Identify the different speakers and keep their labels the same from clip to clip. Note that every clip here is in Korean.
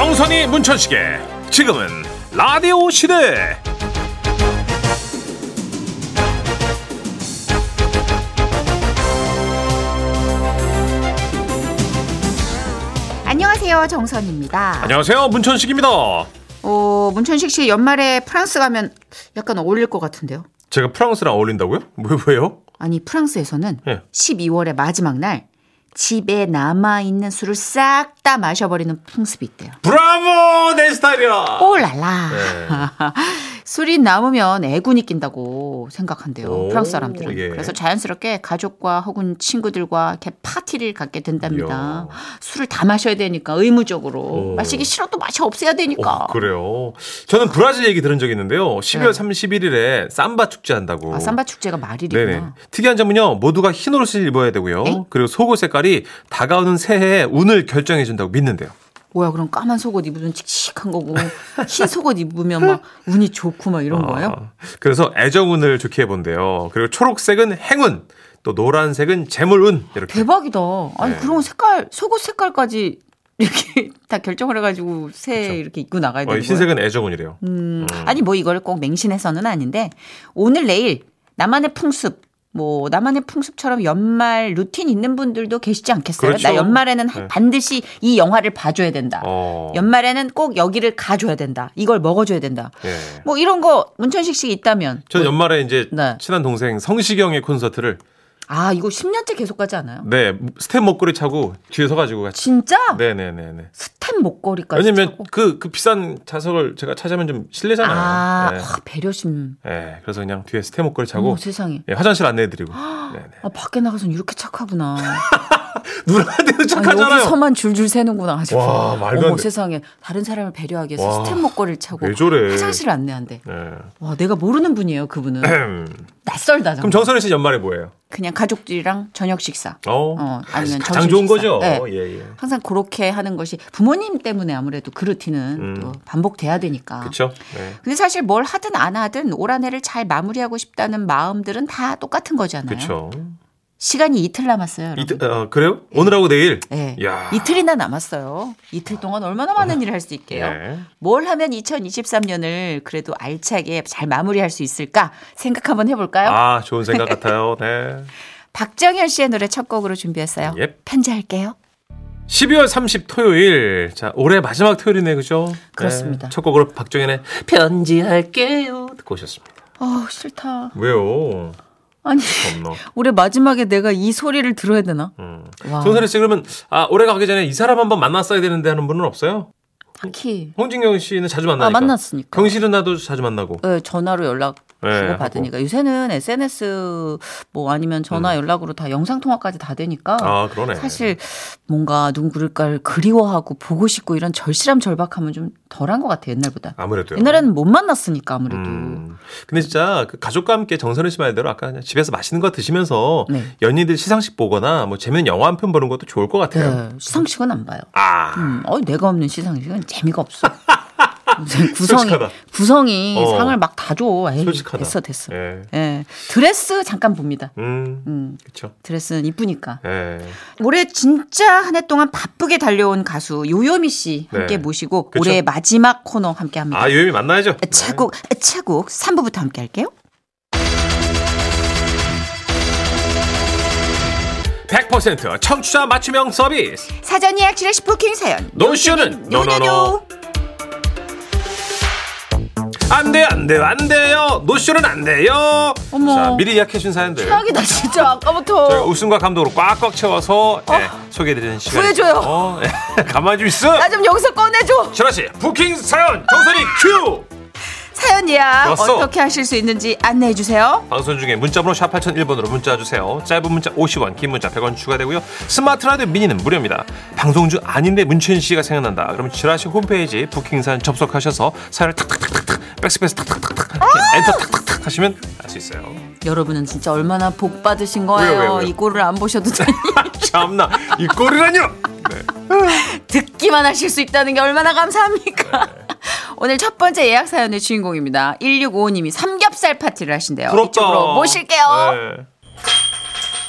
Speaker 1: 문천이 문천식의 지금은 라디오 시대
Speaker 2: 안녕하세요 정선입니다.
Speaker 1: 안녕하세요 문천식입니다
Speaker 2: 어, 문천식 씨 연말에 프랑스 가면 약간 어울릴 것 같은데요.
Speaker 1: 제가 프랑스랑 어울린다고요? 왜, 왜요?
Speaker 2: 아니 프랑스에서는
Speaker 1: 예.
Speaker 2: 12월의 마지막 날 집에 남아 있는 술을 싹 다 마셔버리는 풍습이 있대요.
Speaker 1: 브라보 내 스타일이야
Speaker 2: 오랄라.
Speaker 1: 네.
Speaker 2: 술이 남으면 애군이 낀다고 생각한대요.
Speaker 1: 오, 예.
Speaker 2: 프랑스 사람들은.
Speaker 1: 이게.
Speaker 2: 그래서 자연스럽게 가족과 혹은 친구들과 이렇게 파티를 갖게
Speaker 1: 이야.
Speaker 2: 된답니다. 술을 다 마셔야 되니까 의무적으로
Speaker 1: 오.
Speaker 2: 마시기 싫어도 마셔 없애야 되니까.
Speaker 1: 어, 그래요 저는 브라질 얘기 들은 적이 있는데요 12월 31일에 삼바 축제 한다고
Speaker 2: 네. 아, 삼바 축제가 말일이구나.
Speaker 1: 네네. 특이한 점은요, 모두가 흰 옷을 입어야 되고요.
Speaker 2: 에이?
Speaker 1: 그리고 속옷 색깔이 다가오는 새해의 운을 결정해준다고 믿는데요.
Speaker 2: 뭐야 그럼 까만 속옷 입으면 칙칙한 거고 흰 속옷 입으면 막 운이 좋고 막 이런 거예요?
Speaker 1: 아, 그래서 애정운을 좋게 해본대요. 그리고 초록색은 행운, 또 노란색은 재물운, 이렇게.
Speaker 2: 대박이다. 아니
Speaker 1: 네.
Speaker 2: 그런 거 색깔 속옷 색깔까지 이렇게 다 결정을 해가지고 새해 이렇게 입고 나가야
Speaker 1: 어,
Speaker 2: 되는 거예요.
Speaker 1: 흰색은 애정운이래요.
Speaker 2: 뭐 음, 아니 뭐 이걸 꼭 맹신해서는 아닌데 오늘 내일 나만의 풍습 뭐 나만의 풍습처럼 연말 루틴 있는 분들도 계시지 않겠어요?
Speaker 1: 그렇죠.
Speaker 2: 나 연말에는
Speaker 1: 네.
Speaker 2: 반드시 이 영화를 봐줘야 된다.
Speaker 1: 어.
Speaker 2: 연말에는 꼭 여기를 가줘야 된다. 이걸 먹어줘야 된다.
Speaker 1: 예.
Speaker 2: 뭐 이런 거 문천식 씨 있다면
Speaker 1: 전 연말에 이제
Speaker 2: 네.
Speaker 1: 친한 동생 성시경의 콘서트를
Speaker 2: 아 이거 10년째 계속 가지 않아요?
Speaker 1: 네 스텝 목걸이 차고 뒤에 서가지고 같이
Speaker 2: 진짜?
Speaker 1: 네네네네
Speaker 2: 스탭 목걸이까지
Speaker 1: 왜냐면
Speaker 2: 아. 차고.
Speaker 1: 그 그 비싼 좌석을 제가 찾으면 좀 실례잖아요.
Speaker 2: 아
Speaker 1: 예.
Speaker 2: 와, 배려심.
Speaker 1: 예, 그래서 그냥 뒤에 스텝 목걸이 차고
Speaker 2: 어머 세상에.
Speaker 1: 예, 화장실 안내해드리고. 네네.
Speaker 2: 음. 아 밖에 나가서는 이렇게 착하구나.
Speaker 1: 누나한테도
Speaker 2: 아,
Speaker 1: 착하잖아요.
Speaker 2: 여기서만 줄줄 새는구나. 아직.
Speaker 1: 와, 말도 안
Speaker 2: 어머
Speaker 1: 돼.
Speaker 2: 세상에 다른 사람을 배려하기 위해서
Speaker 1: 와,
Speaker 2: 스탭 목걸이를 차고
Speaker 1: 왜 저래.
Speaker 2: 화장실을 안내한대.
Speaker 1: 예. 음.
Speaker 2: 와 내가 모르는 분이에요 그분은. 낯설다.
Speaker 1: 그럼
Speaker 2: 정말.
Speaker 1: 정선혜 씨 연말에 뭐예요?
Speaker 2: 그냥 가족들이랑 저녁 식사.
Speaker 1: 어,
Speaker 2: 어, 아니면
Speaker 1: 가장
Speaker 2: 점심
Speaker 1: 좋은
Speaker 2: 식사.
Speaker 1: 거죠.
Speaker 2: 네.
Speaker 1: 예, 예.
Speaker 2: 항상 그렇게 하는 것이 부모님 때문에 아무래도 그 루틴은
Speaker 1: 음.
Speaker 2: 또 반복돼야 되니까.
Speaker 1: 그렇죠. 네.
Speaker 2: 근데 사실 뭘 하든 안 하든 올 한 해를 잘 마무리하고 싶다는 마음들은 다 똑같은 거잖아요.
Speaker 1: 그렇죠.
Speaker 2: 시간이 이틀 남았어요. 여러분.
Speaker 1: 이틀 아. 어, 그래요? 오늘하고 내일.
Speaker 2: 예.
Speaker 1: 야.
Speaker 2: 이틀이나 남았어요. 이틀 동안 얼마나 많은 일을 할 수 있게요.
Speaker 1: 아. 네.
Speaker 2: 뭘 하면 2023년을 그래도 알차게 잘 마무리할 수 있을까 생각 한번 해볼까요?
Speaker 1: 아, 좋은 생각 같아요. 네.
Speaker 2: 박정현 씨의 노래 첫 곡으로 준비했어요.
Speaker 1: 예.
Speaker 2: 편지할게요.
Speaker 1: 12월 30 토요일. 자, 올해 마지막 토요일이네, 그죠?
Speaker 2: 그렇습니다.
Speaker 1: 네. 첫 곡으로 박정현의 편지할게요. 듣고 오셨습니다.
Speaker 2: 아 싫다.
Speaker 1: 왜요?
Speaker 2: 아니
Speaker 1: 겁나.
Speaker 2: 올해 마지막에 내가 이 소리를 들어야 되나?
Speaker 1: 음.
Speaker 2: 와.
Speaker 1: 손선혜 씨 그러면 아 올해 가기 전에 이 사람 한번 만났어야 되는데 하는 분은 없어요?
Speaker 2: 딱히
Speaker 1: 홍진경 씨는 자주 만나니까.
Speaker 2: 아 만났으니까.
Speaker 1: 경실은 나도 자주 만나고.
Speaker 2: 예, 전화로 연락
Speaker 1: 예,
Speaker 2: 주고 받으니까 요새는 SNS 뭐 아니면 전화 연락으로 다 영상 통화까지 다 되니까
Speaker 1: 네. 아 그러네.
Speaker 2: 사실 뭔가 누구를 그리워하고 보고 싶고 이런 절실함절박함은 좀 덜한 것 같아 요 옛날보다.
Speaker 1: 아무래도요.
Speaker 2: 옛날에는 못 만났으니까 아무래도.
Speaker 1: 음. 근데 진짜 그 가족과 함께 정선혜 씨 말대로 아까 그냥 집에서 맛있는 거 드시면서
Speaker 2: 네.
Speaker 1: 연인들 시상식 보거나 뭐 재밌는 영화 한 편 보는 것도 좋을 것 같아요.
Speaker 2: 네, 시상식은 안 봐요.
Speaker 1: 아
Speaker 2: 음, 어, 내가 없는 시상식은 재미가 없어. 무슨 구성이
Speaker 1: 솔직하다.
Speaker 2: 구성이
Speaker 1: 어.
Speaker 2: 상을 막 다 줘. 에이,
Speaker 1: 솔직하다.
Speaker 2: 됐어 됐어. 예.
Speaker 1: 예.
Speaker 2: 드레스 잠깐 봅니다.
Speaker 1: 음.
Speaker 2: 음,
Speaker 1: 그렇죠.
Speaker 2: 드레스는 이쁘니까.
Speaker 1: 예.
Speaker 2: 올해 진짜 한 해 동안 바쁘게 달려온 가수 요요미 씨 함께
Speaker 1: 네.
Speaker 2: 모시고
Speaker 1: 그쵸?
Speaker 2: 올해 마지막 코너 함께 합니다.
Speaker 1: 아 요염이 만나야죠.
Speaker 2: 차곡 차곡 3부부터 함께 할게요.
Speaker 1: 100% 청취자 맞춤형 서비스.
Speaker 2: 사전 예약 지라시 부킹 사연.
Speaker 1: 노쇼는 노노노. 안 돼요, 안 돼요, 안 돼요. 노쇼는 안 돼요.
Speaker 2: 어머.
Speaker 1: 자, 미리 예약해준 사연들.
Speaker 2: 최악이다 진짜
Speaker 1: 저희가
Speaker 2: 아까부터.
Speaker 1: 웃음과 감동으로 꽉꽉
Speaker 2: 어.
Speaker 1: 채워서 예, 소개해드리는 시간.
Speaker 2: 구해줘요. 아.
Speaker 1: 어, 예, 가만히 좀 있어.
Speaker 2: 나 좀 여기서 꺼내줘.
Speaker 1: 전화 씨, 부킹 사연 정선이 큐.
Speaker 2: 사연 예약
Speaker 1: 왔어.
Speaker 2: 어떻게 하실 수 있는지 안내해 주세요.
Speaker 1: 방송 중에 문자번호 샵 8001번으로 문자 주세요. 짧은 문자 50원, 긴 문자 100원 추가되고요. 스마트 라디오 미니는 무료입니다. 방송 중 아닌데 문천 씨가 생각난다. 그럼 지라 씨 홈페이지 부킹 사연 접속하셔서 사연을 탁탁탁탁탁 백스페이스 탁탁탁탁
Speaker 2: 아!
Speaker 1: 이렇게 엔터 탁탁탁 하시면 알 수 있어요.
Speaker 2: 여러분은 진짜 얼마나 복 받으신 거예요.
Speaker 1: 왜요, 왜요, 왜요?
Speaker 2: 이 꼴을 안 보셔도 되니
Speaker 1: 아, 참나 이 꼴이라뇨. 네.
Speaker 2: 듣기만 하실 수 있다는 게 얼마나 감사합니까? 오늘 첫 번째 예약 사연의 주인공입니다. 1655님이 삼겹살 파티를 하신대요. 이쪽으로 모실게요.
Speaker 1: 네.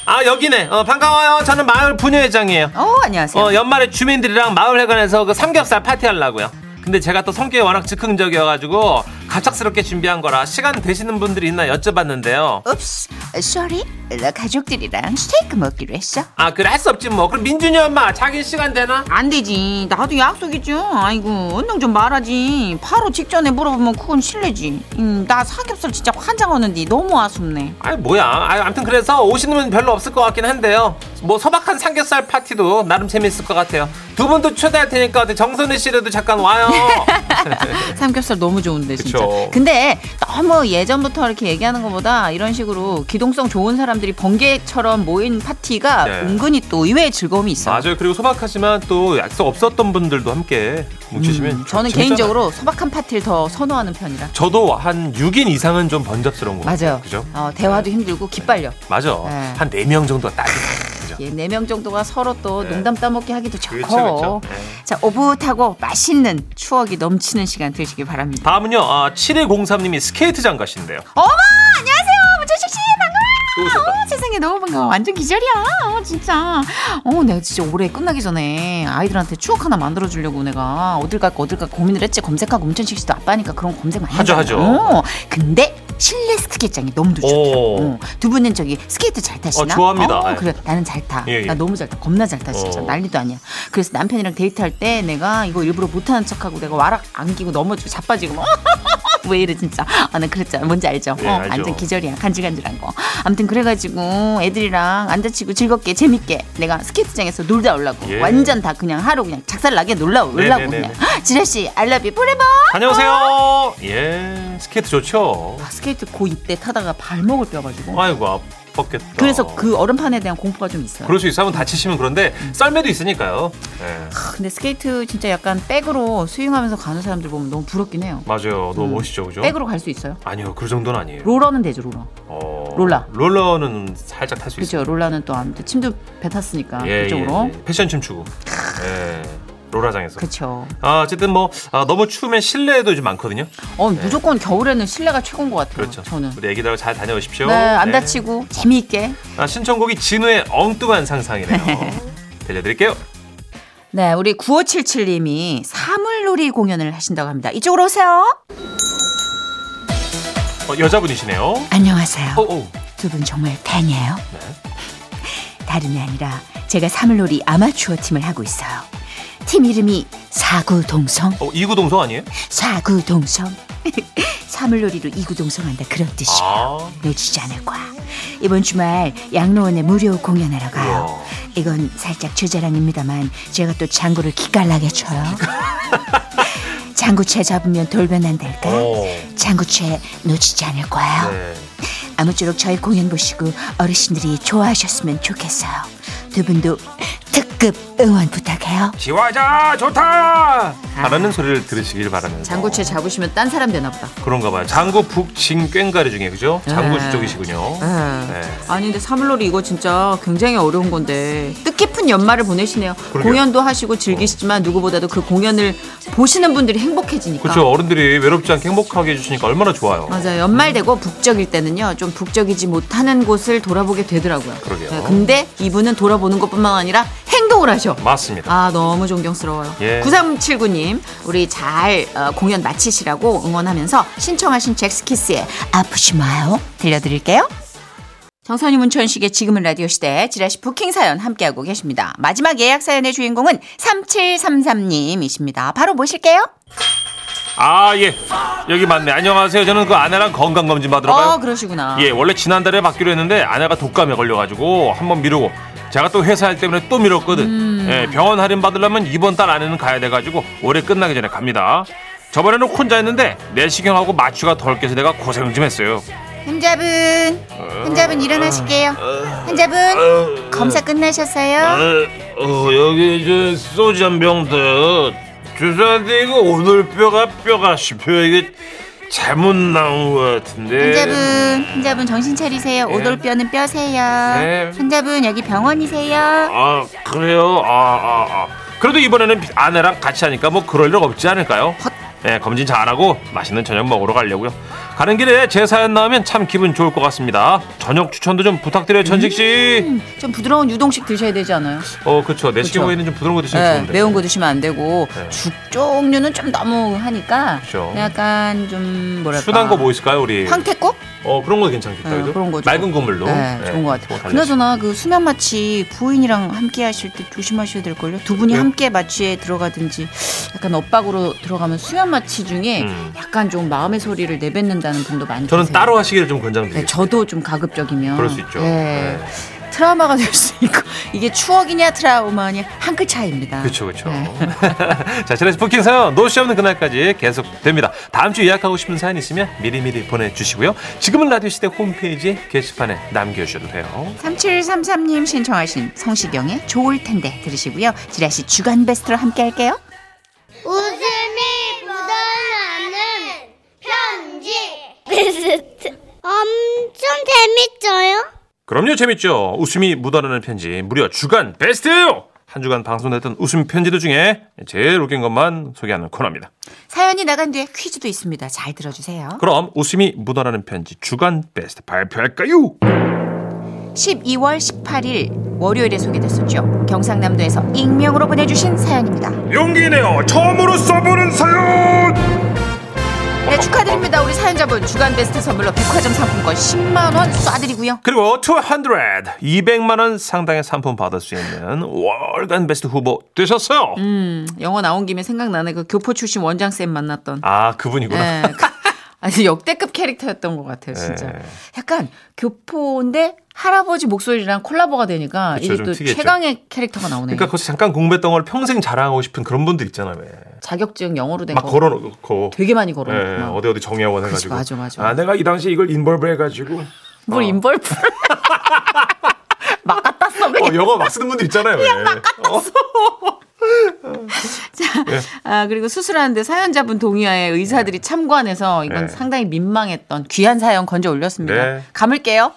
Speaker 1: 아 여기네. 어, 반가워요. 저는 마을 부녀회장이에요. 예.
Speaker 2: 어, 안녕하세요.
Speaker 1: 어 연말에 주민들이랑 마을 회관에서 그 삼겹살 파티 하려고요. 근데 제가 또 성격이 워낙 즉흥적이어가지고 가작스럽게 준비한 거라 시간 되시는 분들이 있나 여쭤봤는데요.
Speaker 3: 읍스, 쏘리, 나 가족들이랑 스테이크 먹기로 했어.
Speaker 1: 아 그래 할 수 없지 뭐. 그럼 민준이 엄마 자기 시간 되나?
Speaker 2: 안 되지. 나도 약속이죠. 아이고, 언능 좀 말하지. 바로 직전에 물어보면 그건 실례지. 음, 나 삼겹살 진짜 환장하는데 너무 아쉽네.
Speaker 1: 아이 뭐야. 아 아무튼 그래서 오시는 분 별로 없을 것 같긴 한데요. 뭐 소박한 삼겹살 파티도 나름 재밌을 것 같아요. 두 분도 초대할 테니까 어디 정선우 씨라도 잠깐 와요.
Speaker 2: 삼겹살 너무 좋은데 진짜.
Speaker 1: 그쵸.
Speaker 2: 근데 너무 예전부터 이렇게 얘기하는 것보다 이런 식으로 기동성 좋은 사람들이 번개처럼 모인 파티가
Speaker 1: 네.
Speaker 2: 은근히 또 의외의 즐거움이 있어요.
Speaker 1: 맞아요. 그리고 소박하지만 또 약속 없었던 분들도 함께 뭉치시면
Speaker 2: 음, 저는
Speaker 1: 재밌잖아요.
Speaker 2: 개인적으로 소박한 파티를 더 선호하는 편이라.
Speaker 1: 저도 한 6인 이상은 좀 번잡스러운 거 같아요.
Speaker 2: 맞아요.
Speaker 1: 그죠? 네.
Speaker 2: 어, 대화도 힘들고 기빨려.
Speaker 1: 맞아.
Speaker 2: 네.
Speaker 1: 한 4명 정도가 딱이죠. 그죠?
Speaker 2: 예, 네 명 정도가 서로 또
Speaker 1: 네.
Speaker 2: 농담 따먹기 하기도
Speaker 1: 그렇죠,
Speaker 2: 좋고.
Speaker 1: 그렇죠. 네.
Speaker 2: 자, 오붓하고 맛있는 추억이 넘치는 시간 되시길 바랍니다.
Speaker 1: 다음은요. 아, 7103님이 스케이트장 가신대요.
Speaker 2: 어머, 안녕하세요. 문철식 씨, 반가워요.
Speaker 1: 또 오셨다.
Speaker 2: 어머, 세상에 너무 반가워. 완전 기절이야. 어, 진짜. 어, 내가 진짜 올해 끝나기 전에 아이들한테 추억 하나 만들어 주려고 내가 어딜 갈까 어딜 갈까 고민을 했지. 검색하고 문천식 씨도 아빠니까 그런 검색 많이
Speaker 1: 하죠,
Speaker 2: 하잖아요.
Speaker 1: 하죠.
Speaker 2: 어, 근데 실내 스케이트장이 너무
Speaker 1: 오.
Speaker 2: 좋죠. 어, 두 분은 저기 스케이트 잘 타시나?
Speaker 1: 어, 좋아합니다.
Speaker 2: 어,
Speaker 1: 예.
Speaker 2: 그래, 나는 잘 타.
Speaker 1: 예, 예.
Speaker 2: 나 너무 잘 타. 겁나 잘 타. 진짜
Speaker 1: 어.
Speaker 2: 난리도 아니야. 그래서 남편이랑 데이트할 때 내가 이거 일부러 못하는 척하고 내가 와락 안기고 넘어지고 자빠지고 막 왜 이래 진짜 아나 그랬잖아 뭔지 알죠
Speaker 1: 예,
Speaker 2: 어,
Speaker 1: 알죠.
Speaker 2: 완전 기절이야 간질간질한 거 아무튼 그래가지고 애들이랑 안 다치고 즐겁게 재밌게 내가 스케이트장에서 놀다 올라고
Speaker 1: 예.
Speaker 2: 완전 다 그냥 하루 그냥 작살나게 놀라 올라고
Speaker 1: 네네네네.
Speaker 2: 그냥 지라씨 알라비 포레버 아.
Speaker 1: 다녀오세요. 예. 스케이트 좋죠.
Speaker 2: 스케이트 고2 때 타다가 발목을 뼈가지고
Speaker 1: 아이고 아팠겠다.
Speaker 2: 그래서 음. 그 얼음판에 대한 공포가 좀 있어요
Speaker 1: 그럴 수 있어. 한번 다치시면 그런데 썰매도 있으니까요. 예.
Speaker 2: 아, 근데 스케이트 진짜 약간 백으로 스윙하면서 가는 사람들 보면 너무 부럽긴 해요
Speaker 1: 맞아요.
Speaker 2: 음.
Speaker 1: 너무 멋있죠. 그죠?
Speaker 2: 백으로 갈 수 있어요
Speaker 1: 아니요. 그 정도는 아니에요.
Speaker 2: 로러는 되죠 로러
Speaker 1: 어,
Speaker 2: 롤라.
Speaker 1: 롤러는 살짝 탈 수 있어요.
Speaker 2: 그렇죠 롤러는 또 아무튼 침도 뱉었으니까 그쪽으로
Speaker 1: 예, 예. 패션 춤추고. 예. 롤라장에서.
Speaker 2: 그렇죠
Speaker 1: 아, 어쨌든 뭐 아, 너무 추우면 실내에도 좀 많거든요.
Speaker 2: 어, 무조건 겨울에는 실내가 최고인 것 같아요.
Speaker 1: 네. 그렇죠.
Speaker 2: 저는.
Speaker 1: 우리 애기들하고 잘 다녀오십시오.
Speaker 2: 네, 안
Speaker 1: 네.
Speaker 2: 다치고 재미있게.
Speaker 1: 아, 신청곡이 진우의 엉뚱한 상상이네요. 들려드릴게요. 어,
Speaker 2: 네, 우리 9577님이 사물놀이 공연을 하신다고 합니다. 이쪽으로 오세요.
Speaker 1: 어, 여자분이시네요.
Speaker 2: 안녕하세요.
Speaker 1: 어, 어.
Speaker 2: 두 분 정말 팬이에요.
Speaker 1: 네.
Speaker 2: 다름이 아니라 제가 사물놀이 아마추어 팀을 하고 있어요. 팀 이름이 사구동성.
Speaker 1: 어, 이구동성 아니에요?
Speaker 2: 사구동성. 사물놀이로 이구동성한다 그런 뜻이에요.
Speaker 1: 아.
Speaker 2: 놓치지 않을 거야. 이번 주말 양로원에 무료 공연하러 가요.
Speaker 1: 우와.
Speaker 2: 이건 살짝 제 자랑입니다만 제가 또 장구를 기깔나게 쳐요. 장구채 잡으면 돌변한달까?
Speaker 1: 어.
Speaker 2: 장구채 놓치지 않을 거예요.
Speaker 1: 네.
Speaker 2: 아무쪼록 저희 공연 보시고 어르신들이 좋아하셨으면 좋겠어요. 두 분도 특급 응원 부탁해요.
Speaker 1: 지화자 좋다. 하라는 소리를 들으시길 바라면서.
Speaker 2: 아. 장구채 잡으시면 딴 사람 되나 보다. 네.
Speaker 1: 그런가 봐요. 장구 북진 꽹가리 중에 그죠? 장구지 쪽이시군요. 네.
Speaker 2: 아니 근데 사물놀이 이거 진짜 굉장히 어려운 건데 뜻깊은 연말을 보내시네요.
Speaker 1: 그러게요.
Speaker 2: 공연도 하시고 즐기시지만 누구보다도 그 공연을 보시는 분들이 행복해지니까.
Speaker 1: 그렇죠. 어른들이 외롭지 않게 행복하게 해주시니까 얼마나 좋아요.
Speaker 2: 아. 맞아요. 연말되고 북적일 때는요, 좀 북적이지 못하는 곳을 돌아보게 되더라고요. 네,
Speaker 1: 그러게요.
Speaker 2: 근데 이분은 돌아보는 것뿐만 아니라 행동을 하셔.
Speaker 1: 맞습니다.
Speaker 2: 아, 너무 존경스러워요.
Speaker 1: 예.
Speaker 2: 9379님, 우리 잘 어, 공연 마치시라고 응원하면서 신청하신 잭스키스의 아프지 마요 들려드릴게요. 정선희 문천식의 지금은 라디오 시대 지라시 부킹 사연 함께하고 계십니다. 마지막 예약 사연의 주인공은 3733님이십니다. 바로 모실게요.
Speaker 1: 아 예. 여기 맞네. 안녕하세요. 저는 그 아내랑 건강 검진 받으러 가요.
Speaker 2: 어, 그러시구나.
Speaker 1: 예, 원래 지난달에 받기로 했는데 아내가 독감에 걸려가지고 한 번 미루고 제가 또 회사 일 때문에 또 미뤘거든. 예, 병원 할인 받으려면 이번 달 안에는 가야 돼가지고 올해 끝나기 전에 갑니다. 저번에는 혼자 했는데 내시경하고 마취가 덜 깨서 내가 고생 좀 했어요.
Speaker 2: 환자분, 환자분 일어나실게요. 환자분, 검사 끝나셨어요?
Speaker 1: 어, 여기 이제 소주 한 병더 주사한테 이거 오늘 뼈가 뼈가 씹혀 이게 잘못 나온 것 같은데.
Speaker 2: 환자분, 환자분 정신 차리세요. 오돌뼈는
Speaker 1: 네.
Speaker 2: 뼈세요. 환자분 여기 병원이세요.
Speaker 1: 아 그래요? 아, 아, 아. 그래도 이번에는 네, 아내랑 같이 하니까 뭐 그럴 일 없지 않을까요? 예, 검진 잘하고 맛있는 저녁 먹으러 가려고요. 가는 길에 제 사연 나오면 참 기분 좋을 것 같습니다. 저녁 추천도 좀 부탁드려요, 천식 씨.
Speaker 2: 좀 부드러운 유동식 드셔야 되지 않아요?
Speaker 1: 어, 그렇죠. 내시경
Speaker 2: 음. 그쵸.
Speaker 1: 후에는 좀 부드러운 거 드시면
Speaker 2: 네,
Speaker 1: 좋은데. 네.
Speaker 2: 매운 거 드시면 안 되고 죽 종류는 좀 너무 하니까
Speaker 1: 그쵸.
Speaker 2: 약간 좀 뭐랄까
Speaker 1: 순한 거 뭐 있을까요, 우리?
Speaker 2: 황태국?
Speaker 1: 어, 그런 거 괜찮겠다.
Speaker 2: 네,
Speaker 1: 그죠?
Speaker 2: 그런 거죠.
Speaker 1: 맑은 국물로.
Speaker 2: 네, 좋은 것
Speaker 1: 그거
Speaker 2: 같아요.
Speaker 1: 달래서.
Speaker 4: 그나저나 그 수면 마취 부인이랑 함께 하실 때 조심하셔야 될 걸요. 두 분이
Speaker 1: 왜요?
Speaker 4: 함께 마취에 들어가든지
Speaker 2: 약간 엇박으로 들어가면 수면 마취 중에
Speaker 1: 음.
Speaker 2: 약간 좀 마음의 소리를 내뱉는다는 분도 많으세요.
Speaker 1: 저는 따로 하시기를 좀 권장드립니다.
Speaker 2: 네, 저도 좀 가급적이면
Speaker 1: 그럴 수 있죠.
Speaker 2: 네.
Speaker 1: 네.
Speaker 4: 트라우마가 될 수 있고 이게 추억이냐 트라우마냐 한 끗 차이입니다.
Speaker 1: 그렇죠, 그렇죠.
Speaker 4: 네.
Speaker 1: 자, 지라시 부킹 사연 노시 없는 그날까지 계속 됩니다. 다음 주 예약하고 싶은 사연 있으면 미리미리 보내주시고요. 지금은 라디오 시대 홈페이지 게시판에 남겨주셔도 돼요.
Speaker 4: 3733님 신청하신 성시경의 좋을 텐데 들으시고요. 지라시 주간 베스트로 함께 할게요.
Speaker 5: 웃음이 묻어나는 편지. 베스트. 엄청 재밌죠요?
Speaker 1: 그럼요, 재밌죠. 웃음이 묻어나는 편지 무려 주간 베스트예요. 한 주간 방송됐던 웃음 편지들 중에 제일 웃긴 것만 소개하는 코너입니다.
Speaker 4: 사연이 나간 뒤에 퀴즈도 있습니다. 잘 들어주세요.
Speaker 1: 그럼 웃음이 묻어나는 편지 주간 베스트 발표할까요?
Speaker 4: 12월 18일 월요일에 소개됐었죠. 경상남도에서 익명으로 보내주신 사연입니다.
Speaker 1: 용기네요. 처음으로 써보는 사연.
Speaker 4: 네, 축하드립니다. 우리 사연자분 주간 베스트 선물로 백화점 상품권 10만 원 쏴드리고요.
Speaker 1: 그리고 200, 200만 원 상당의 상품 받을 수 있는 월간 베스트 후보 되셨어요.
Speaker 2: 음. 영어 나온 김에 생각나네 그 교포 출신 원장 쌤 만났던
Speaker 1: 아 그분이구나.
Speaker 2: 예. 아주 역대급 캐릭터였던 것 같아요, 진짜.
Speaker 1: 예.
Speaker 2: 약간 교포인데 할아버지 목소리랑 콜라보가 되니까
Speaker 1: 그쵸,
Speaker 2: 이게
Speaker 1: 좀
Speaker 2: 또
Speaker 1: 특이했죠.
Speaker 2: 최강의 캐릭터가 나오네요.
Speaker 1: 그러니까 거기서 잠깐 공부했던 걸 평생 자랑하고 싶은 그런 분들 있잖아요. 왜.
Speaker 2: 자격증 영어로 된
Speaker 1: 막
Speaker 2: 거
Speaker 1: 걸어놓고.
Speaker 2: 되게 많이
Speaker 1: 예,
Speaker 2: 걸어놓고 막
Speaker 1: 어디 어디 정의학원 해가지고.
Speaker 2: 맞아, 맞아.
Speaker 1: 아 내가 이 당시 에 이걸 인벌브 해가지고. 어,
Speaker 2: 뭘 인벌프 막 갖다 써 그냥.
Speaker 1: 영어 막 쓰는 분들 있잖아요. 왜.
Speaker 2: 아 그리고 수술하는데 사연자분 동의하에 의사들이 참관해서 이건
Speaker 1: 네.
Speaker 2: 상당히 민망했던 귀한 사연 건져 올렸습니다.
Speaker 1: 네.
Speaker 2: 감을게요.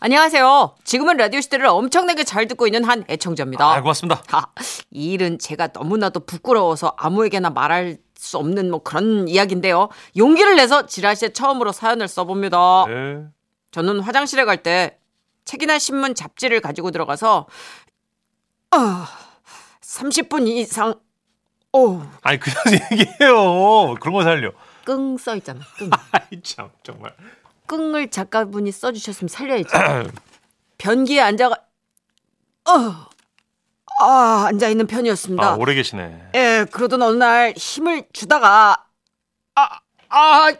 Speaker 2: 안녕하세요. 지금은 라디오 시대를 엄청나게 잘 듣고 있는 한 애청자입니다.
Speaker 1: 아, 고맙습니다.
Speaker 2: 아, 이 일은 제가 너무나도 부끄러워서 아무에게나 말할 수 없는 뭐 그런 이야기인데요. 용기를 내서 지라시에 처음으로 사연을 써봅니다.
Speaker 1: 예.
Speaker 2: 저는 화장실에 갈 때 책이나 신문 잡지를 가지고 들어가서 아, 30분 이상 어. 오,
Speaker 1: 아니 그냥 얘기해요. 그런 거 살려.
Speaker 2: 끙 써 있잖아. 끙.
Speaker 1: 아이 참 정말.
Speaker 2: 끙을 작가분이 써 주셨으면 살려야지. 변기에 앉아가 어. 아, 앉아 있는 편이었습니다.
Speaker 1: 아 오래 계시네.
Speaker 2: 예, 그러던 어느 날 힘을 주다가 아, 아,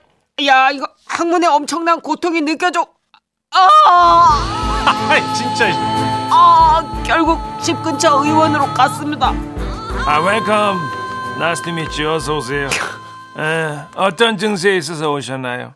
Speaker 2: 야, 이거 항문에 엄청난 고통이 느껴져. 아,
Speaker 1: 아 진짜.
Speaker 2: 아, 결국 집 근처 의원으로 갔습니다.
Speaker 1: 아, 웰컴. Nice to meet you. 어서 오세요. 에, 어떤 증세에 있어서 오셨나요?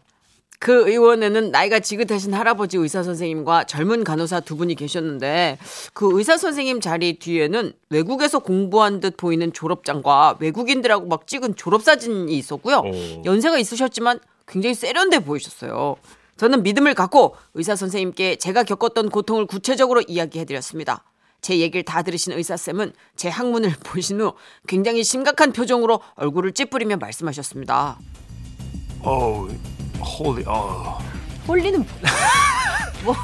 Speaker 2: 그 의원에는 나이가 지긋하신 할아버지 의사 선생님과 젊은 간호사 두 분이 계셨는데 그 의사 선생님 자리 뒤에는 외국에서 공부한 듯 보이는 졸업장과 외국인들하고 막 찍은 졸업 사진이 있었고요. 연세가 있으셨지만 굉장히 세련돼 보이셨어요. 저는 믿음을 갖고 의사 선생님께 제가 겪었던 고통을 구체적으로 이야기해드렸습니다. 제 얘기를 다 들으신 의사쌤은 제 항문을 보신 후 굉장히 심각한 표정으로 얼굴을 찌푸리며 말씀하셨습니다.
Speaker 1: 오, 홀리 어.
Speaker 2: 홀리는 뭐.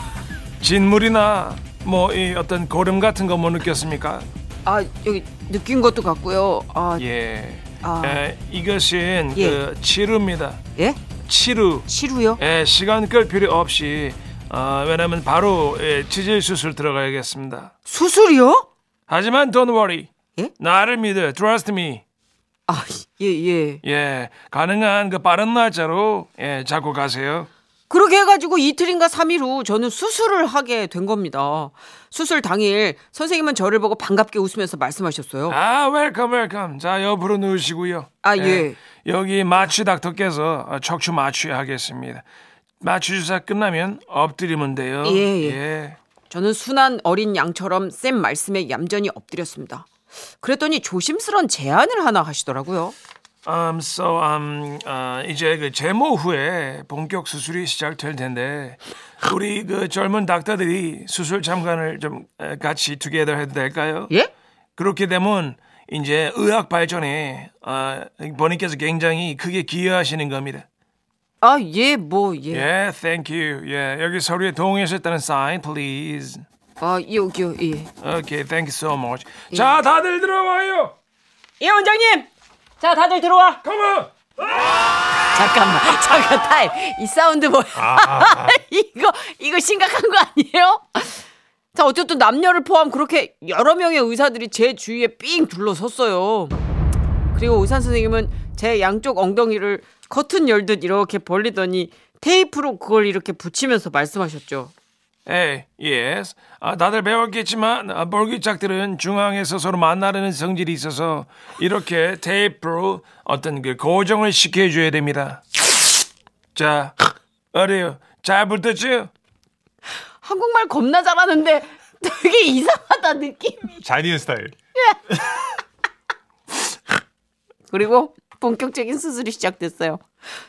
Speaker 1: 진물이나 뭐 이 어떤 고름 같은 거 못 느꼈습니까?
Speaker 2: 아 여기 느낀 것도 같고요. 아
Speaker 1: 예.
Speaker 2: 아.
Speaker 1: 에, 이것은
Speaker 2: 예.
Speaker 1: 그 치료입니다.
Speaker 2: 예?
Speaker 1: 치료.
Speaker 2: 치루요?
Speaker 1: 예, 시간 끌 필요 없이 어, 왜냐면 바로 예, 치질 수술 들어가야겠습니다.
Speaker 2: 수술이요?
Speaker 1: 하지만 don't worry.
Speaker 2: 예?
Speaker 1: 나를 믿어. Trust me.
Speaker 2: 아예 예.
Speaker 1: 예, 가능한 그 빠른 날짜로 예, 잡고 가세요.
Speaker 2: 그렇게 해가지고 이틀인가 삼일후 저는 수술을 하게 된 겁니다. 수술 당일 선생님은 저를 보고 반갑게 웃으면서 말씀하셨어요.
Speaker 1: 아, 웰컴 웰컴. 자, 옆으로 누우시고요.
Speaker 2: 아,
Speaker 6: 네.
Speaker 2: 예.
Speaker 1: 여기 마취 닥터께서 어, 척추 마취하겠습니다. 마취 주사 끝나면 엎드리면 돼요.
Speaker 2: 예, 예.
Speaker 1: 예.
Speaker 2: 저는 순한 어린 양처럼 쌤 말씀에 얌전히 엎드렸습니다. 그랬더니 조심스런 제안을 하나 하시더라고요.
Speaker 1: Um, so, um, 어, 이제 그 제모 후에 본격 수술이 시작될 텐데 우리 그 젊은 닥터들이 수술 참관을 좀 어, 같이 투게더 해도 될까요?
Speaker 2: 예?
Speaker 1: 그렇게 되면 이제 의학 발전에 아, 본인께서 굉장히 크게 기여하시는 겁니다.
Speaker 3: 아, 예, 뭐, 예.
Speaker 6: 예, thank you. 예, 여기 서류에 동의하셨다는 사인, please.
Speaker 3: 아, 여기요, 예.
Speaker 6: Okay, thank you so much. 자, 다들 들어와요.
Speaker 3: 예, 원장님! 자, 다들 들어와!
Speaker 6: Come on.
Speaker 3: 잠깐만, 잠깐, 타임. 이 사운드 뭐야? 이거, 이거 심각한 거 아니에요? 자, 어쨌든 남녀를 포함 그렇게 여러 명의 의사들이 제 주위에 삥 둘러섰어요. 그리고 의사 선생님은 제 양쪽 엉덩이를 커튼 열듯 이렇게 벌리더니 테이프로 그걸 이렇게 붙이면서 말씀하셨죠.
Speaker 6: Hey, 예, yes. 아, 다들 배웠겠지만 아, 볼기짝들은 중앙에서 서로 만나려는 성질이 있어서 이렇게 테이프로 어떤 그 고정을 시켜줘야 됩니다. 자, 어려요. 잘 붙었죠?
Speaker 3: 한국말 겁나 잘하는데 되게 이상하다 느낌이.
Speaker 6: 자니언 스타일.
Speaker 3: 그리고 본격적인 수술이 시작됐어요.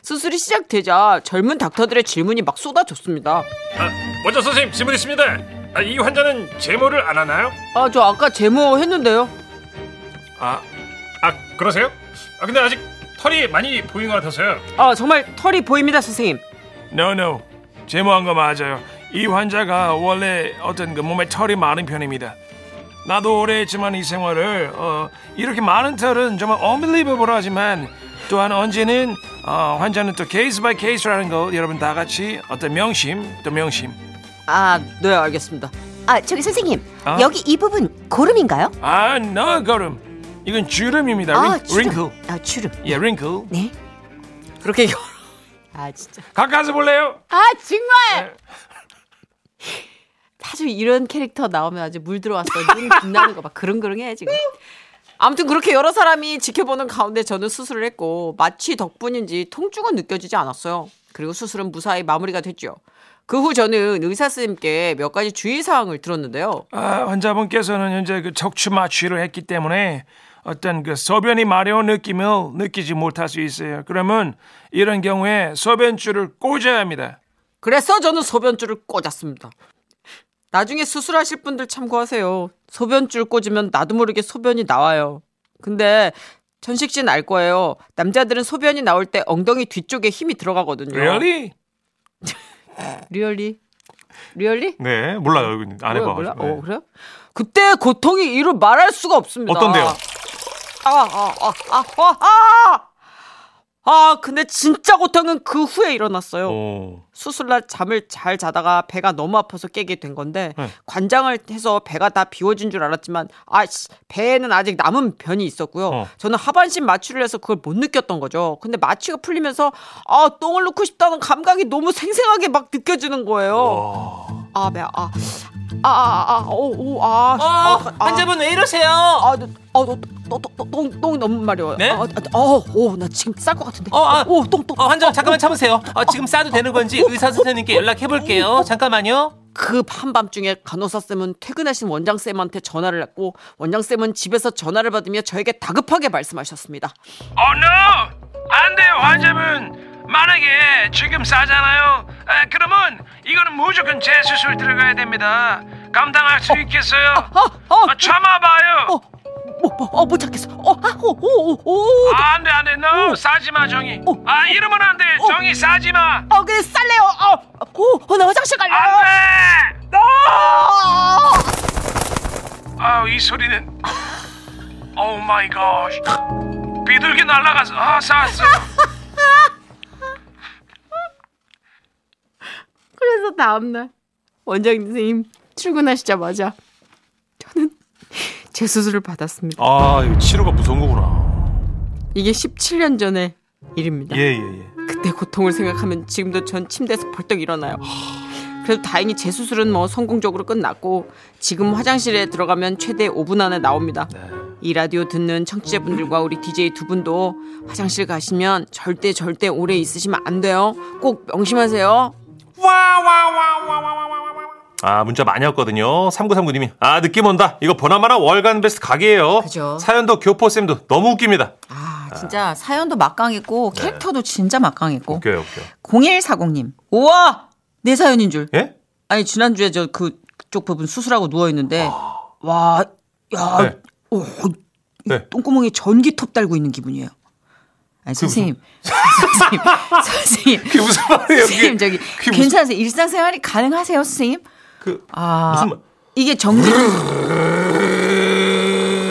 Speaker 3: 수술이 시작되자 젊은 닥터들의 질문이 막 쏟아졌습니다.
Speaker 6: 먼저 선생님 질문 있습니다. 아, 이 환자는 제모를 안 하나요?
Speaker 3: 아, 저 아까 제모 했는데요.
Speaker 6: 아, 아 그러세요? 아 근데 아직 털이 많이 보인 것 같아서요.
Speaker 3: 아, 정말 털이 보입니다, 선생님.
Speaker 6: No, no. 제모한 거 맞아요. 이 환자가 원래 어떤 그 몸에 털이 많은 편입니다. 나도 오래 했지만 이 생활을 어, 이렇게 많은 털은 정말 unbelievable 하지만 또한 언제는 어, 환자는 또 케이스 바이 케이스라는 거 여러분 다 같이 어떤 명심 또 명심
Speaker 3: 아, 네, 알겠습니다.
Speaker 2: 아, 저기 선생님.
Speaker 6: 아?
Speaker 2: 여기 이 부분 고름인가요?
Speaker 6: 아 no 걸음 이건 주름입니다
Speaker 2: 아,
Speaker 6: 링-
Speaker 2: 주름.
Speaker 6: wrinkle
Speaker 2: 아, 주름.
Speaker 6: 예 wrinkle
Speaker 2: 네.
Speaker 3: 그렇게 여러- 아, 진짜.
Speaker 6: 가까이서 볼래요?
Speaker 3: 아, 정말. 아주 이런 캐릭터 나오면 아주 물 들어왔어. 눈 빛나는 거 막 그릉그릉해 지금. 아무튼 그렇게 여러 사람이 지켜보는 가운데 저는 수술을 했고 마취 덕분인지 통증은 느껴지지 않았어요. 그리고 수술은 무사히 마무리가 됐죠. 그 후 저는 의사 선생님께 몇 가지 주의 사항을 들었는데요.
Speaker 6: 아, 환자분께서는 현재 그 척추 마취를 했기 때문에 어떤 그 소변이 마려운 느낌을 느끼지 못할 수 있어요. 그러면 이런 경우에 소변줄을 꽂아야 합니다.
Speaker 3: 그래서 저는 소변줄을 꽂았습니다. 나중에 수술하실 분들 참고하세요. 소변줄 꽂으면 나도 모르게 소변이 나와요. 근데 전식 씨는 알 거예요. 남자들은 소변이 나올 때 엉덩이 뒤쪽에 힘이 들어가거든요.
Speaker 6: Really?
Speaker 3: 리얼리? 리얼리?
Speaker 1: 네, 몰라요. 이건 안
Speaker 3: 뭐야,
Speaker 1: 해봐.
Speaker 3: 몰라?
Speaker 1: 네.
Speaker 3: 어, 그래요? 그때 고통이 이루 말할 수가 없습니다.
Speaker 1: 어떤데요?
Speaker 3: 아, 아, 아, 아, 아, 아! 아, 근데 진짜 고통은 그 후에 일어났어요.
Speaker 1: 어.
Speaker 3: 수술날 잠을 잘 자다가 배가 너무 아파서 깨게 된 건데 관장을 해서 배가 다 비워진 줄 알았지만 아씨 배에는 아직 남은 변이 있었고요. 저는 하반신 마취를 해서 그걸 못 느꼈던 거죠. 근데 마취가 풀리면서 아 똥을 놓고 싶다는 감각이 너무 생생하게 막 느껴지는 거예요. 아, 네, 어, 아배아아아아오오아
Speaker 7: 어, 환자분 왜 이러세요?
Speaker 3: 아, 어, 너, 너, 너, 너, 똥, 똥이 너무 마려워요.
Speaker 7: 네?
Speaker 3: 아, 아, 어, 오, 나 지금 쌀 것 같은데.
Speaker 7: 어, 아.
Speaker 3: 오, 똥, 똥.
Speaker 7: 어, 환자분 잠깐만 참으세요. 어, 지금 싸도 되는 건지 의사 선생님께 연락해 볼게요. 잠깐만요.
Speaker 3: 그 한밤중에 간호사 쌤은 퇴근하신 원장 쌤한테 전화를 했고 원장 쌤은 집에서 전화를 받으며 저에게 다급하게 말씀하셨습니다.
Speaker 6: Oh no! 안 돼요, 환자분. 만약에 지금 싸잖아요. 아, 그러면 이거는 무조건 재수술 들어가야 됩니다. 감당할 수 있겠어요?
Speaker 3: 어, 어.
Speaker 6: 아, 참아봐요.
Speaker 3: 뭐뭐어못 찾겠어. 아, 어아오오오
Speaker 6: 아, 안 돼, 안 돼. No, 싸지마, 정이. 아, 이러면 안 돼. 정이 싸지마.
Speaker 3: 어, 그 쌀래요. 어오나 화장실 갈래.
Speaker 6: 안 돼!
Speaker 3: 아!
Speaker 6: 아우 이 소리는 오 마이 갓 비둘기 날아가서 아 쌌어
Speaker 3: 그래서 다음날 원장 선생님 출근하시자마자 저는 제 수술을 받았습니다.
Speaker 1: 아, 이거 치료가 무서운 거구나.
Speaker 3: 이게 17년 전의 일입니다.
Speaker 1: 예, 예, 예.
Speaker 3: 그때 고통을 생각하면 지금도 전 침대에서 벌떡 일어나요. 그래도 다행히 제 수술은 뭐 성공적으로 끝났고 지금 화장실에 들어가면 최대 5분 안에 나옵니다. 이 라디오 듣는 청취자분들과 우리 DJ 두 분도 화장실 가시면 절대 절대 오래 있으시면 안 돼요. 꼭 명심하세요.
Speaker 1: 아, 문자 많이 왔거든요. 3939님이. 아, 느낌 온다. 이거 보나마나 월간 베스트 각이에요.
Speaker 2: 그죠.
Speaker 1: 사연도 교포쌤도 너무 웃깁니다.
Speaker 2: 아, 진짜 사연도 막강했고
Speaker 1: 네.
Speaker 2: 캐릭터도 진짜 막강했고.
Speaker 1: 웃겨요, 웃겨.
Speaker 2: 0140님. 우와! 내 사연인 줄.
Speaker 1: 예?
Speaker 3: 아니 지난주에 저 그쪽 부분 수술하고 누워 있는데 와, 야,
Speaker 1: 네.
Speaker 3: 오,
Speaker 1: 네.
Speaker 2: 똥구멍에 전기톱 달고 있는 기분이에요. 아니, 선생님. 선생님. 선생님.
Speaker 1: 그게 무슨 말이에요?
Speaker 2: 선생님 저기
Speaker 1: 그게 무슨-
Speaker 2: 괜찮으세요? 일상생활이 가능하세요, 선생님?
Speaker 1: 그
Speaker 2: 아
Speaker 1: 무슨 말?
Speaker 2: 이게 정지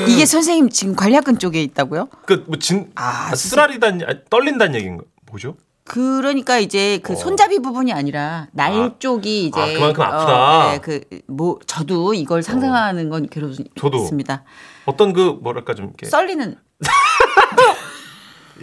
Speaker 2: 이게 선생님 지금 관략근 쪽에 있다고요?
Speaker 1: 그뭐진
Speaker 2: 아,
Speaker 1: 아, 쓰라리단 아, 떨린다는 얘기인가? 뭐죠?
Speaker 2: 그러니까 이제 그 손잡이 부분이 아니라 날
Speaker 1: 어. 아.
Speaker 2: 쪽이 이제
Speaker 1: 아, 그만큼 아프다.
Speaker 2: 네, 그뭐 저도 이걸 상상하는 건
Speaker 1: 저도.
Speaker 2: 괴롭습니다.
Speaker 1: 어떤 그 뭐랄까 좀 이렇게
Speaker 2: 썰리는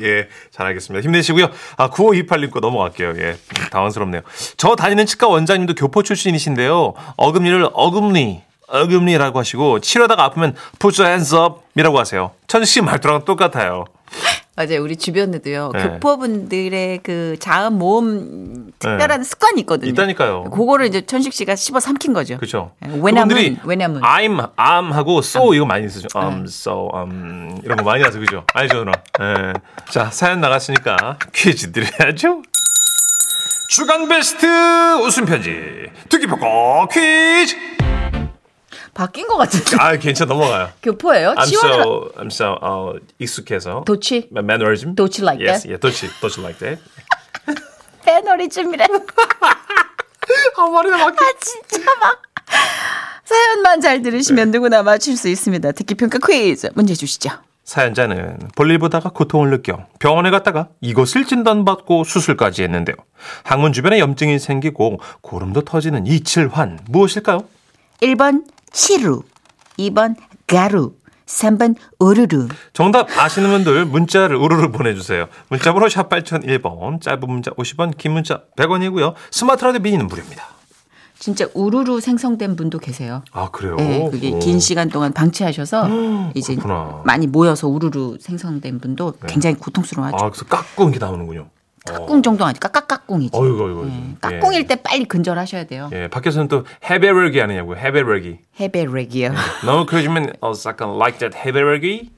Speaker 1: 예, 잘 알겠습니다. 힘내시고요. 아, 9528님 거 넘어갈게요. 예, 당황스럽네요. 저 다니는 치과 원장님도 교포 출신이신데요. 어금니를 어금니, 어금니라고 하시고 치료하다가 아프면 put your hands up이라고 하세요. 천식 씨 말투랑 똑같아요.
Speaker 2: 맞아요. 우리 주변에도요.
Speaker 1: 네.
Speaker 2: 교포분들의 그 자음 모음 특별한 습관이 있거든요.
Speaker 1: 네. 있다니까요.
Speaker 2: 그거를 이제 천식 씨가 씹어 삼킨 거죠.
Speaker 1: 그렇죠.
Speaker 2: 예, 왜냐면
Speaker 1: 그분들이 아.
Speaker 2: 왜냐면 음.
Speaker 1: I'm I'm 하고 so 이거 많이 쓰죠. I'm so um 이런 거 많이 하죠. 그죠? 알죠, 누나. 예. 자, 사연 나갔으니까 퀴즈 드려야죠. 주간 베스트 웃음 편지 듣기 보고 퀴즈.
Speaker 2: 바뀐 것 같은데.
Speaker 1: 아, 괜찮아 넘어가요.
Speaker 2: 교포예요?
Speaker 1: I'm
Speaker 2: 치원을
Speaker 1: so I'm so 어, 익숙해서
Speaker 2: 도치?
Speaker 1: Ma- mannerism.
Speaker 2: 도치 like
Speaker 1: yes,
Speaker 2: that?
Speaker 1: Yeah, 도치, 도치 like that.
Speaker 2: 패널이즘이래.
Speaker 1: 아 머리가 막.
Speaker 2: 아 진짜 막 사연만 잘 들으시면
Speaker 1: 네.
Speaker 2: 누구나 맞출 수 있습니다. 듣기 평가 퀴즈 문제 주시죠.
Speaker 1: 사연자는 볼일 보다가 고통을 느껴 병원에 갔다가 이것을 진단받고 수술까지 했는데요. 항문 주변에 염증이 생기고 고름도 터지는 이 질환 무엇일까요?
Speaker 2: 1번 치루, 2번 가루, 3번 우르르.
Speaker 1: 정답 아시는 분들 문자를 우르르 보내주세요. 문자번호 샵 8001번, 짧은 문자 50원, 긴 문자 100원이고요. 스마트 라디오 미니는 무료입니다.
Speaker 2: 진짜 우르르 생성된 분도 계세요.
Speaker 1: 아 그래요?
Speaker 2: 네, 그게 긴 시간 동안 방치하셔서 이제
Speaker 1: 그렇구나. 네.
Speaker 2: 많이 모여서 우르르 생성된 분도 굉장히 고통스러워하죠.
Speaker 1: 아 그래서 깎고 이게 나오는군요.
Speaker 2: 깍꿍 정도 아니죠. 깍깍깍꿍이죠.
Speaker 1: 어이구 어이구. 어이구.
Speaker 2: 네,
Speaker 1: 예.
Speaker 2: 깍꿍일 때 빨리 근절하셔야 돼요.
Speaker 1: 예, 밖에서는 또 해베르기 아니냐고 해베르기. 예.
Speaker 2: 헤베레기요.
Speaker 1: 너무 그러시면 어 약간 like that 해베르기?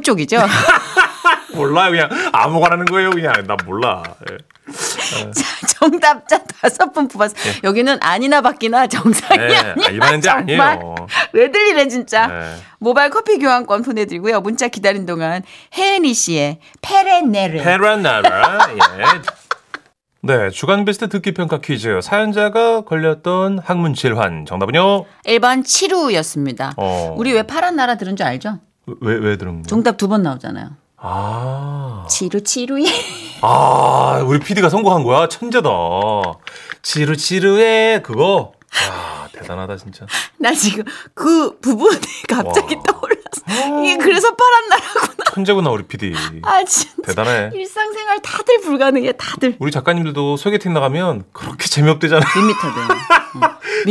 Speaker 2: 쪽이죠.
Speaker 1: 몰라요 그냥 아무거나는 거예요 그냥 나 몰라. 예.
Speaker 2: 자, 정답자 다섯 분 뽑아서 여기는 아니나 밖이나 정상이
Speaker 1: 예,
Speaker 2: 아니야.
Speaker 1: 일반인들
Speaker 2: 정말.
Speaker 1: 아니에요.
Speaker 2: 왜 들리래 진짜.
Speaker 1: 예.
Speaker 2: 모바일 커피 교환권 보내드리고요. 문자 기다린 동안 혜은이 씨의 페레네르.
Speaker 1: 페라나라. 예. 네, 주간 베스트 듣기 평가 퀴즈. 사연자가 걸렸던 항문 질환 정답은요.
Speaker 2: 1번 치루였습니다.
Speaker 1: 어.
Speaker 2: 우리 왜 파란 나라 들은 줄 알죠?
Speaker 1: 왜 왜 들은 거예요?
Speaker 2: 정답 두 번 나오잖아요.
Speaker 1: 아.
Speaker 2: 치루 치루예.
Speaker 1: 아, 우리 PD가 선곡한 거야. 천재다. 지루 지루해 그거. 아, 대단하다 진짜.
Speaker 2: 나 지금 그 부분이 갑자기
Speaker 1: 와. 음.
Speaker 2: 떠올라서 이게 그래서 파란 나라구나.
Speaker 1: 천재구나 우리 PD.
Speaker 2: 아 진짜.
Speaker 1: 대단해.
Speaker 2: 일상생활 다들 불가능해 다들.
Speaker 1: 우리 작가님들도 소개팅 나가면 그렇게 재미없대잖아.
Speaker 3: 밋밋하대요. 응.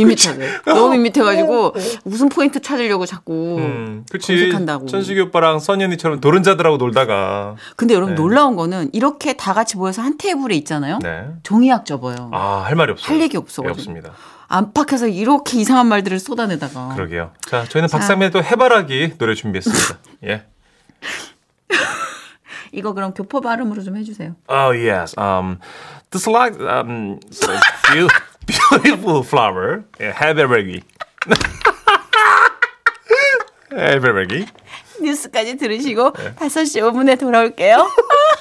Speaker 3: 밋밋하대. 너무 밋밋해가지고 웃음 포인트 찾으려고 자꾸
Speaker 1: 어, 음, 그치.
Speaker 3: 검색한다고.
Speaker 1: 천식이 오빠랑 써니 언니처럼 노른자들하고 놀다가.
Speaker 3: 근데 여러분
Speaker 1: 네.
Speaker 3: 놀라운 거는 이렇게 다 같이 모여서 한 테이블에 있잖아요.
Speaker 1: 네.
Speaker 3: 종이학 접어요.
Speaker 1: 아, 할 말이 없어요.
Speaker 3: 할 얘기 없어가지고.
Speaker 1: 예, 없습니다.
Speaker 3: 안팎에서 이렇게 이상한 말들을 쏟아내다가
Speaker 1: 그러게요. 자, 저희는 박상민의 또 해바라기 노래 준비했습니다. 예.
Speaker 2: 이거 그럼 교포 발음으로 좀 해주세요.
Speaker 1: Oh, yes. Um, this like, um, it's a beau- beautiful flower. Yeah, 해바라기. 해바라기. 네.
Speaker 2: 뉴스까지 들으시고 5시 5분에 돌아올게요.